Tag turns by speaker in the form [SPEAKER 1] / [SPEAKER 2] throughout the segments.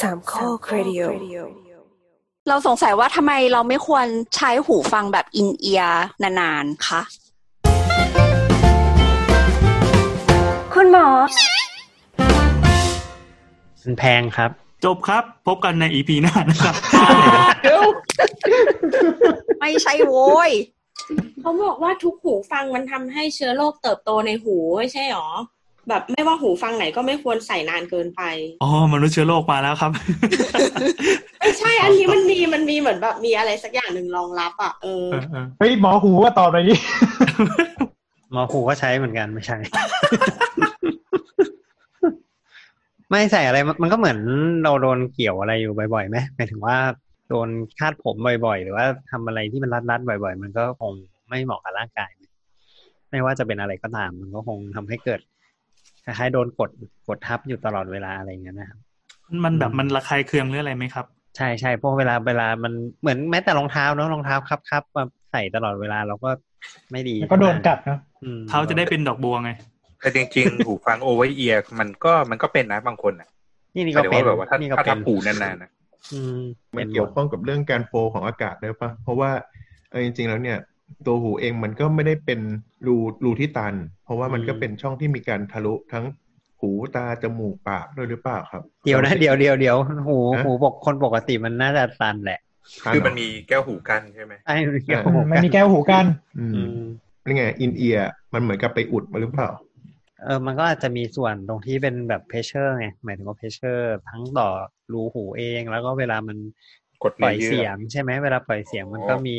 [SPEAKER 1] สามข้อครดิโอ
[SPEAKER 2] เราสงสัยว่าทำไมเราไม่ควรใช้หูฟังแบบอินเอียร์นานๆ คะ
[SPEAKER 1] คุณหมอ
[SPEAKER 3] มันแพงครับ
[SPEAKER 4] จบครับ พบกันในอีพีหน้านะครับ
[SPEAKER 2] ไม่ใช่โว้ย
[SPEAKER 5] เขาบอกว่าทุกหูฟังมันทำให้เชื้อโรคเติบโตในหูไม่ใช่หรอ แบบไม่ว่าหูฟังไหนก็ไม่ควรใส่นานเกินไป
[SPEAKER 4] อ๋อมนุษย์เชื้อโรคมาแล้ว ครับ
[SPEAKER 5] ไม่ใช่ อันนี้มันมีมันมีเหมือนแบบมีอะไรสักอย่างหนึ่งรองรับอ่ะเออ
[SPEAKER 4] เออเออ
[SPEAKER 6] เฮ้ยหมอหูว่าตอบหน่อยดิ
[SPEAKER 3] หมอครูก็ใช้เหมือนกันไม่ใช่ ไม่ใส่อะไรมันมันก็เหมือนเราโดนเกี่ยวอะไรอยู่บ่อยๆไหมหมายถึงว่าโดนคาดผมบ่อยๆ หรือว่าทำอะไรที่มันรัดๆบ่อย ๆ มันก็คงไม่เหมาะกับร่างกายไหมไม่ว่าจะเป็นอะไรก็ตาม มันก็คงทำให้เกิดคล้ายๆโดนกดกดทับอยู่ตลอดเวลาอะไรอย่างเงี้ยนะครับ
[SPEAKER 4] มันแบบมันระคายเคืองหรืออะไรไหมครับ
[SPEAKER 3] ใช่ใช่เพวกเวลาเวลามันเหมือนแม้แต่รองเท้าเนอะรองเท้าครับครับมาใส่ตลอดเวลาเราก็ไม่ดี
[SPEAKER 6] แล้วก็โดนกัดเนาะ
[SPEAKER 3] อืม
[SPEAKER 4] เท้าจะได้เป็นดอกบัวไง
[SPEAKER 7] แต่จริงๆ หูฟังโอเวอร์เอียร์มันก็มันก็เป็นนะบางคนนะ
[SPEAKER 3] นี่นี่
[SPEAKER 7] แต่
[SPEAKER 3] ก็
[SPEAKER 7] เดี๋ยว
[SPEAKER 3] เป็น
[SPEAKER 7] ว่าแบบว่าถ้า
[SPEAKER 3] นี่ก็
[SPEAKER 7] ถ้า
[SPEAKER 3] เป็น
[SPEAKER 7] ทำหูนานๆนะ
[SPEAKER 3] อืม
[SPEAKER 8] มัน
[SPEAKER 3] ป็นหด
[SPEAKER 8] เกี่ยวข้องกับเรื่องการโฟลของอากาศด้วยปะเพราะว่าเออจริง ๆ แล้วเนี่ย ตัวหูเองมันก็ไม่ได้เป็นรูรูที่ตัน เพราะว่ามันก็เป็นช่องที่มีการทะลุทั้งหูตาจมูกปากด้วยหรือเปล่าครับ
[SPEAKER 3] เดี๋ยวนะเดี๋ยวเดี๋ยวเดี๋ยวหู
[SPEAKER 8] ฮะ
[SPEAKER 3] หูปกคนปกติมันน่าจะตันแหละ
[SPEAKER 7] คือมันมีแก้วหูกันใช่ไหม
[SPEAKER 3] ไอ้เกี่ยว
[SPEAKER 6] อืมมันมี
[SPEAKER 3] กัน
[SPEAKER 6] แก้วหูกัน
[SPEAKER 8] อื
[SPEAKER 3] อื
[SPEAKER 8] ม
[SPEAKER 3] ม
[SPEAKER 8] นี่ไงอินเอียมันเหมือนกับไปอุดมาหรือเปล่า
[SPEAKER 3] เออมันก็อาจจะมีส่วนตรงที่เป็นแบบเพชเชอร์ไงหมายถึงว่าเพชเชอร์ทั้งต่อรูหูเองแล้วก็เวลามัน
[SPEAKER 7] กด
[SPEAKER 3] ปล่อย
[SPEAKER 7] เยื่
[SPEAKER 3] เสีย
[SPEAKER 7] อ
[SPEAKER 3] งใช่ไหมเวลาปล่อยเสียงมันก็
[SPEAKER 7] อ๋อ
[SPEAKER 3] มี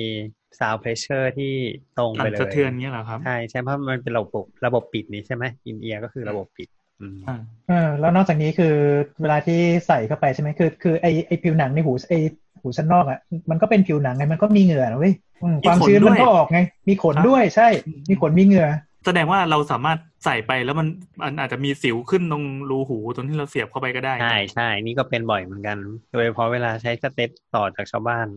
[SPEAKER 3] ซาวเพรสเชอร์ที่ตรงไปเลย
[SPEAKER 4] สั่นสะเทือนเงี้ยเหรอครับ
[SPEAKER 3] ใช่ใช่เพราะมันเป็นระบบระบบปิดนี้ใช่ไหมอินเอียก็คือระบบปิด อืม
[SPEAKER 4] อ่า
[SPEAKER 6] เออแล้วนอกจากนี้คือเวลาที่ใส่เข้าไปใช่ไหมคือคือไอไอผิวหนังในหูไอหูชั้นนอกอ่ะมันก็เป็นผิวหนังไงมันก็มีเหงื่อนะเว้ยอืมความชื้นมันก็ออกไง มีขนด้วยใช่ มีขนมีเหงื่อ
[SPEAKER 4] แสดงว่าเราสามารถใส่ไปแล้วมันมันอาจจะมีสิวขึ้นตรงรูหูตรงที่เราเสียบเข้าไปก็ได้
[SPEAKER 3] ใช่ใช่นี่ก็เป็นบ่อยเหมือนกัน โดยเฉพาะเวลาใช้สเตตต่อจากชาวบ้าน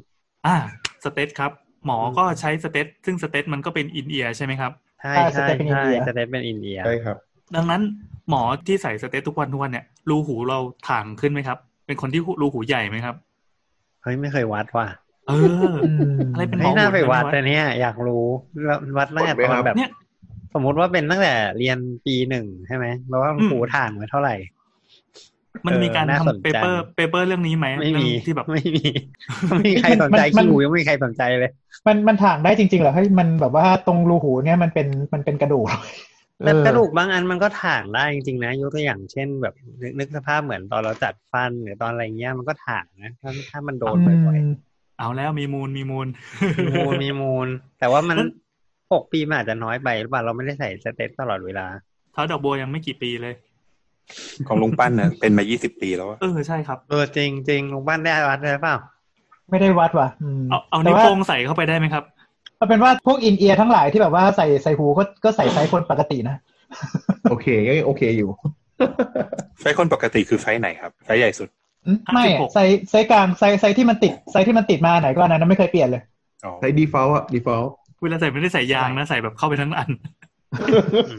[SPEAKER 4] อ่าสเตตครับ หมอก็ใช้สเตตซึ่งสเตตมันก็เป็นอินเอียร์ใช่ไหมครับ
[SPEAKER 3] ใช่
[SPEAKER 6] ใช่
[SPEAKER 3] ใช่
[SPEAKER 6] สเตตเป็น
[SPEAKER 3] ใช่
[SPEAKER 6] in-ear
[SPEAKER 3] สเตตเป็นอินเอีย
[SPEAKER 8] ใช่ครับ
[SPEAKER 4] ดังนั้นหมอที่ใส่สเตตทุกวันทุกวันเนี่ยรูหูเราถ่างขึ้นไหมครับ เป็นคนที่รูหูใหญ่ไหมครับ
[SPEAKER 3] เฮ้ยไม่เคยวัดว่ะ
[SPEAKER 4] เออ
[SPEAKER 6] อืม
[SPEAKER 4] อะไรเป็น หม
[SPEAKER 3] เฮ้ยน่าไป
[SPEAKER 4] หุ่น
[SPEAKER 3] วัด
[SPEAKER 4] วัด
[SPEAKER 3] แต่เนี่ยอยากรู้แล้ววัดตั้งแต่
[SPEAKER 8] วัด
[SPEAKER 3] ตอน
[SPEAKER 8] ไหมครับ
[SPEAKER 3] แบบ
[SPEAKER 4] เนี่ย
[SPEAKER 3] สมมุติว่าเป็นตั้งแต่เรียนปีหนึ่งใช่ไหมแล้วว่า
[SPEAKER 4] อืม
[SPEAKER 3] หูถ่างไว้เท่าไหร่
[SPEAKER 4] มันมีการ
[SPEAKER 3] เออน่าสนใจ
[SPEAKER 4] ทำเปเปอร์เปเปอร์เรื่องนี้ไหม
[SPEAKER 3] ไม่มี
[SPEAKER 4] เรื่องที่แบบ
[SPEAKER 3] ไม่มีไม่มีใครสนใจขี้หูยังไม่มีใครสนใจเลย
[SPEAKER 6] มันมันถ่างได้จริงๆเหรอเฮ้ยมันแบบว่าตรงรูหูเนี่ยมันเป็นมันเป็นกระดูก
[SPEAKER 3] แต่
[SPEAKER 6] เออก
[SPEAKER 3] ระดูกบางอันมันก็ถ่างได้จริงๆนะ ยกตัวอย่างเช่นแบบนึกนึกสภาพเหมือนตอนเราจัดฟันหรือตอนอะไรเงี้ยมันก็ถ่างนะถ้าถ้ามันโดนบ่อย
[SPEAKER 6] อืม
[SPEAKER 4] เอาแล้วมีมูลมีมูล
[SPEAKER 3] ๆมีมูลมีมูล แต่ว่ามัน
[SPEAKER 4] มัน
[SPEAKER 3] หกปีมันอาจจะน้อยไปหรือเปล่าเราไม่ได้ใส่สเตตตลอดเวลา
[SPEAKER 4] เท้าดอกบัวยังไม่กี่ปีเลย
[SPEAKER 7] ของลุงปั้นนะเป็นมายี่สิบปีแล้วอะ
[SPEAKER 4] เออใช่ครับ
[SPEAKER 3] เออจริงจริงลงบ้านได้วัดได้เปล่า
[SPEAKER 6] ไม่ได้วัดว่ะอืม
[SPEAKER 4] เอาเอา
[SPEAKER 6] แต่
[SPEAKER 4] นิ้ว
[SPEAKER 6] ว่า
[SPEAKER 4] โป้งใส่เข้าไปได้ไหมครับ
[SPEAKER 6] เอาเป็นว่าพวกอินเอียร์ทั้งหลายที่แบบว่าใส่ใส่หูก็ก็ใส่ไซส์คนปกตินะ
[SPEAKER 8] โอเคก็ยังโอเคอยู่
[SPEAKER 7] ไซส์คนปกติคือไซส์ไหนครับไซส์ใหญ่สุด
[SPEAKER 6] อืมไม่อะ
[SPEAKER 4] 56
[SPEAKER 6] ไซส์ไซส์กลางไซส์ไซส์ที่มันติดไซส์ที่มันติดมาไหนก็อันนั้นนะไม่เคยเปลี่ยนเลย
[SPEAKER 7] อ๋อ
[SPEAKER 8] ใช้ default อะ default
[SPEAKER 4] เวลาใส่ไม่ได้ใส่ยางนะ ใส่แบบเข้าไปทั้งอัน
[SPEAKER 3] อื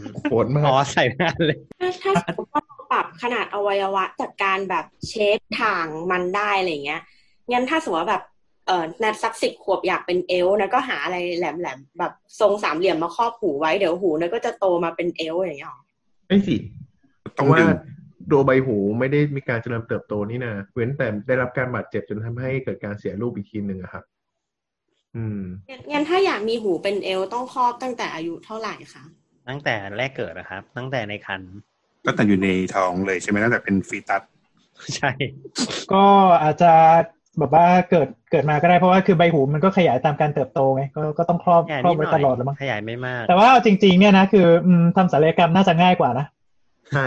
[SPEAKER 3] ม
[SPEAKER 8] โหดมาก
[SPEAKER 3] อ๋อใส่ได้เลย
[SPEAKER 5] ถ้าถ้าสมมติว่าเราปรับขนาดอวัยวะจัดการแบบเชฟทางมันได้อะไรเงี้ย งั้นถ้าสมมติว่าแบบ เออนัดสักสิบขวบอยากเป็นเอลฟ์นะก็หาอะไรแหลมแหลมๆแบบทรงสามเหลี่ยมมาครอบหูไว้เดี๋ยวหูนะก็จะโตมาเป็นเอลฟ์อย่างเงี้ยหรอ
[SPEAKER 8] ไม่สิเพ
[SPEAKER 7] ต้อง
[SPEAKER 8] ราะว่า
[SPEAKER 7] ดึง
[SPEAKER 8] ตัวใบหูไม่ได้มีการเจริญเติบโตนี่นะเว้นแต่ได้รับการบาดเจ็บจนทำให้เกิดการเสียรูปอีกทีหนึ่งอะครับ อืม
[SPEAKER 5] งั้นงั้นถ้าอยากมีหูเป็นเอลฟ์ต้องครอบตั้งแต่อายุเท่าไหร่คะ
[SPEAKER 3] ตั้งแต่แรกเกิดนะครับ ตั้งแต่ในคัน
[SPEAKER 7] ตั้งแต่อยู่ในท้องเลยใช่ไหมตั้งแต่เป็นฟีตัส
[SPEAKER 3] ใช่
[SPEAKER 6] ก็อาจจะแบบว่าเกิดเกิดมาก็ได้เพราะว่าคือใบหูมันก็ขยายตามการเติบโตไงก็ก็ต้องครอบ
[SPEAKER 3] ขยาย
[SPEAKER 6] ครอบ
[SPEAKER 3] นิดห
[SPEAKER 6] ไว้
[SPEAKER 3] น่
[SPEAKER 6] ต
[SPEAKER 3] อย
[SPEAKER 6] ลอดแล้วมั้ง
[SPEAKER 3] ขยายไม่มาก
[SPEAKER 6] แต่ว่าเอาจริง ๆ เนี่ยนะคืออืมทำศัลยกรรมน่าจะง่ายกว่านะ
[SPEAKER 8] ใช่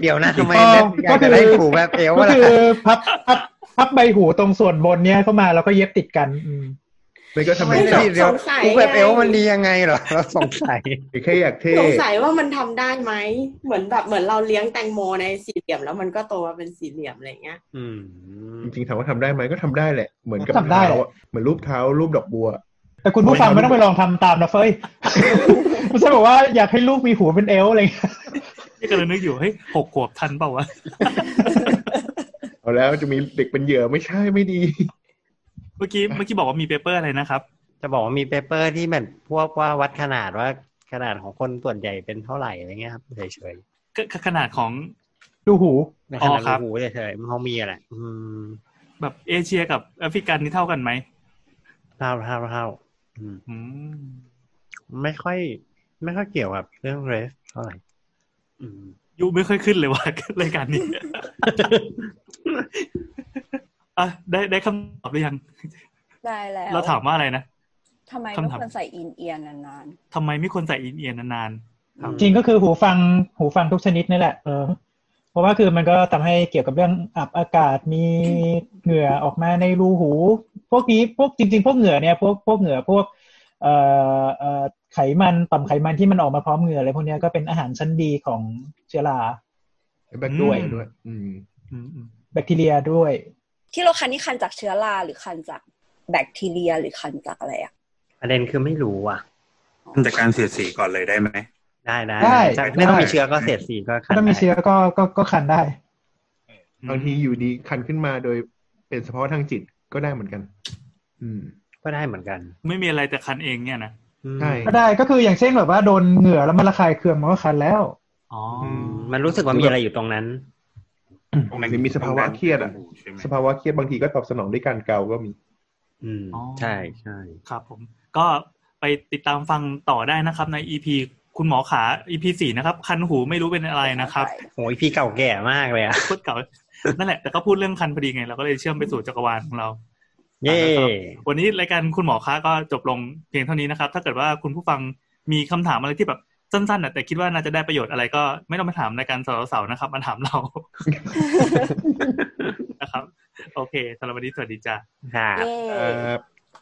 [SPEAKER 3] เดี๋ยวนะทำไม
[SPEAKER 6] อ๋อ
[SPEAKER 3] อยาก
[SPEAKER 6] ก็คื
[SPEAKER 3] จะ
[SPEAKER 6] อ
[SPEAKER 3] ได้หูแบบเอว
[SPEAKER 6] ก็
[SPEAKER 3] ล่ะ
[SPEAKER 6] คือพับพับพับใบหูตรงส่วนบนเนี่ยเข้ามาแล้วก็เย็บติดกันอืม
[SPEAKER 8] ไม่ก็ทำ
[SPEAKER 3] ทำไม
[SPEAKER 8] ไม
[SPEAKER 3] ไม่
[SPEAKER 8] จับ
[SPEAKER 3] ดีเดียวหูแบบเอวมันดียังไงเหรอ เราสงสัย
[SPEAKER 8] แค่อยากเท่
[SPEAKER 5] สงสัยว่ามันทำได้ไหมเหมือนแบบเหมือนเราเลี้ยงแตงโมในสี่เหลี่ยมแล้วมันก็โตมาเป็นสี่เหลี่ยมอะไรเงี้ย
[SPEAKER 3] อืม
[SPEAKER 8] จริงๆถามว่าทำได้ไหมก็ทำได้แหละ เหมือนกับ
[SPEAKER 6] ทำได้
[SPEAKER 8] เท้า
[SPEAKER 6] แหละ
[SPEAKER 8] อะเหมือนรูปเท้ารูปดอกบัว
[SPEAKER 6] แต่คุณผู้ฟังไม่ต้องไปลองทำตามนะเฟ้ย ไม่ใช่บอกว่าอยากให้ลูกมีหูเป็นเอลฟ์อะไรเงี้ย
[SPEAKER 4] นี่กำลังนึกอยู่เฮ้ยหกขวบทันเปล่าวะ
[SPEAKER 7] เอ
[SPEAKER 8] เอาแล้วจะมีเด็กเป็นเหยื่อไม่ใช่ไม่ดี
[SPEAKER 4] เมื่อกี้เมื่อกี้บอกว่ามีเปเปอร์อะไรนะครับ
[SPEAKER 3] จะบอกว่ามีเปเปอร์ที่แบบพวกว่าวัดขนาดว่าขนาดของคนส่วนใหญ่เป็นเท่าไหร่อะไรเงี้ยครับเฉย
[SPEAKER 4] ก็ขนาดของ
[SPEAKER 6] ดูหู
[SPEAKER 3] ๆในขณะ
[SPEAKER 4] อ๋อครับ
[SPEAKER 3] หูเฉยๆมันเขามีอะไรอืม
[SPEAKER 4] แบบเอเชียกับแอฟริกันนี่เท่ากันไหม
[SPEAKER 3] เท่าเท่าเท่าอืม
[SPEAKER 4] อืม
[SPEAKER 3] ไม่ค่อย ไม่ค่อยเกี่ยวกับเรื่องเรสเท่าไหร่อืม
[SPEAKER 4] ยูไม่ค่อยขึ้นเลยว่ะ รายการนี้อ่ะได้ได้คำตอบหรือยัง
[SPEAKER 2] ได้แล้ว
[SPEAKER 4] เราถามว่าอะไรนะ
[SPEAKER 2] ทำไม
[SPEAKER 4] คำ
[SPEAKER 2] ไม่
[SPEAKER 4] ถาม
[SPEAKER 2] ควรใส่อินเอียร์นาน
[SPEAKER 4] ทำไมไม่ควรใส่อินเอียร์นาน
[SPEAKER 3] ครับ
[SPEAKER 6] จริงก็คือหูฟังหูฟังทุกชนิดนี่แหละเออเพราะว่าคือมันก็ทำให้เกี่ยวกับเรื่องอับอากาศมีเหงื่อออกมาในรูหู พวกนี้พวกจริง ๆ พวกเหงื่อเนี่ยพวกพวกเหงื่อพวกเอ่อเอ่อไขมันต่อมไขมันที่มันออกมาพร้อมเหงื่ออะไรพวกเนี้ยก็เป็นอาหารชั้นดีของเชื้อรา
[SPEAKER 8] แบคด้วยด้วย อืม
[SPEAKER 4] ๆอืมอืม
[SPEAKER 6] แบคทีเรียด้วย
[SPEAKER 2] ๆ ที่เราคันนี่คันจากเชื้อราหรือคันจากแบคทีเรียหรือคันจากอะไรอ่ะ
[SPEAKER 3] ประเด็นคือไม่รู้อ่ะ
[SPEAKER 7] จากการเสียดสีก่อนเลยได้ไหม
[SPEAKER 3] ได้ได้
[SPEAKER 6] ได้
[SPEAKER 3] จะไม่ต้องมีเชื้อก็เศษสีก็ขัน
[SPEAKER 6] ถ้ามีเชื้อก็ก็ก็คันได้
[SPEAKER 8] บางทีอยู่ดีคันขึ้นมาโดยเป็นเฉพาะทางจิตก็ได้เหมือนกัน อืม
[SPEAKER 3] ก็ได้เหมือนกัน
[SPEAKER 4] ไม่มีอะไรแต่คันเองเนี่ยนะ
[SPEAKER 3] อืม
[SPEAKER 8] ใช่
[SPEAKER 6] ก็ได้ก็คืออย่างเช่นแบบว่าโดนเหงื่อแล้วมันระคายเคืองมันก็คันแล้ว
[SPEAKER 4] อ๋ออ
[SPEAKER 3] อืมมันรู้สึกว่ามีอะไรอยู่ตรงนั้น
[SPEAKER 7] ตรงนั้น
[SPEAKER 8] หรือมีสภาวะเครียดอะ
[SPEAKER 7] ใช่ไหม
[SPEAKER 8] สภาวะเครียดบางทีก็ตอบสนองด้วยการเกาก็มี
[SPEAKER 3] อืมใช่ใช่
[SPEAKER 4] ครับผม ก็ไปติดตามฟังต่อได้นะครับ ใน EP คุณหมอขา EP สี่นะครับ คันหูไม่รู้เป็นอะไรนะครับ
[SPEAKER 3] โอ้ยพี่เก่าแก่มากเลยอ่ะ
[SPEAKER 4] พูดเก่า นั่นแหละ แต่ก็พูดเรื่องคันพอดีไง เราก็เลยเชื่อมไปสู่จักรวาลของเรา
[SPEAKER 3] เย่
[SPEAKER 4] วันนี้รายการคุณหมอคะก็จบลงเพียงเท่านี้นะครับ ถ้าเกิดว่าคุณผู้ฟังมีคำถามอะไรที่แบบสั้นๆน่ะแต่คิดว่าน่าจะได้ประโยชน์อะไรก็ไม่ต้องมาถามรายการสาวๆนะครับ มาถามเรา นะครับ โอเคสำหรับวันนี้สวัสดีจ้า
[SPEAKER 3] ค่ะ
[SPEAKER 2] เย้
[SPEAKER 8] ครับ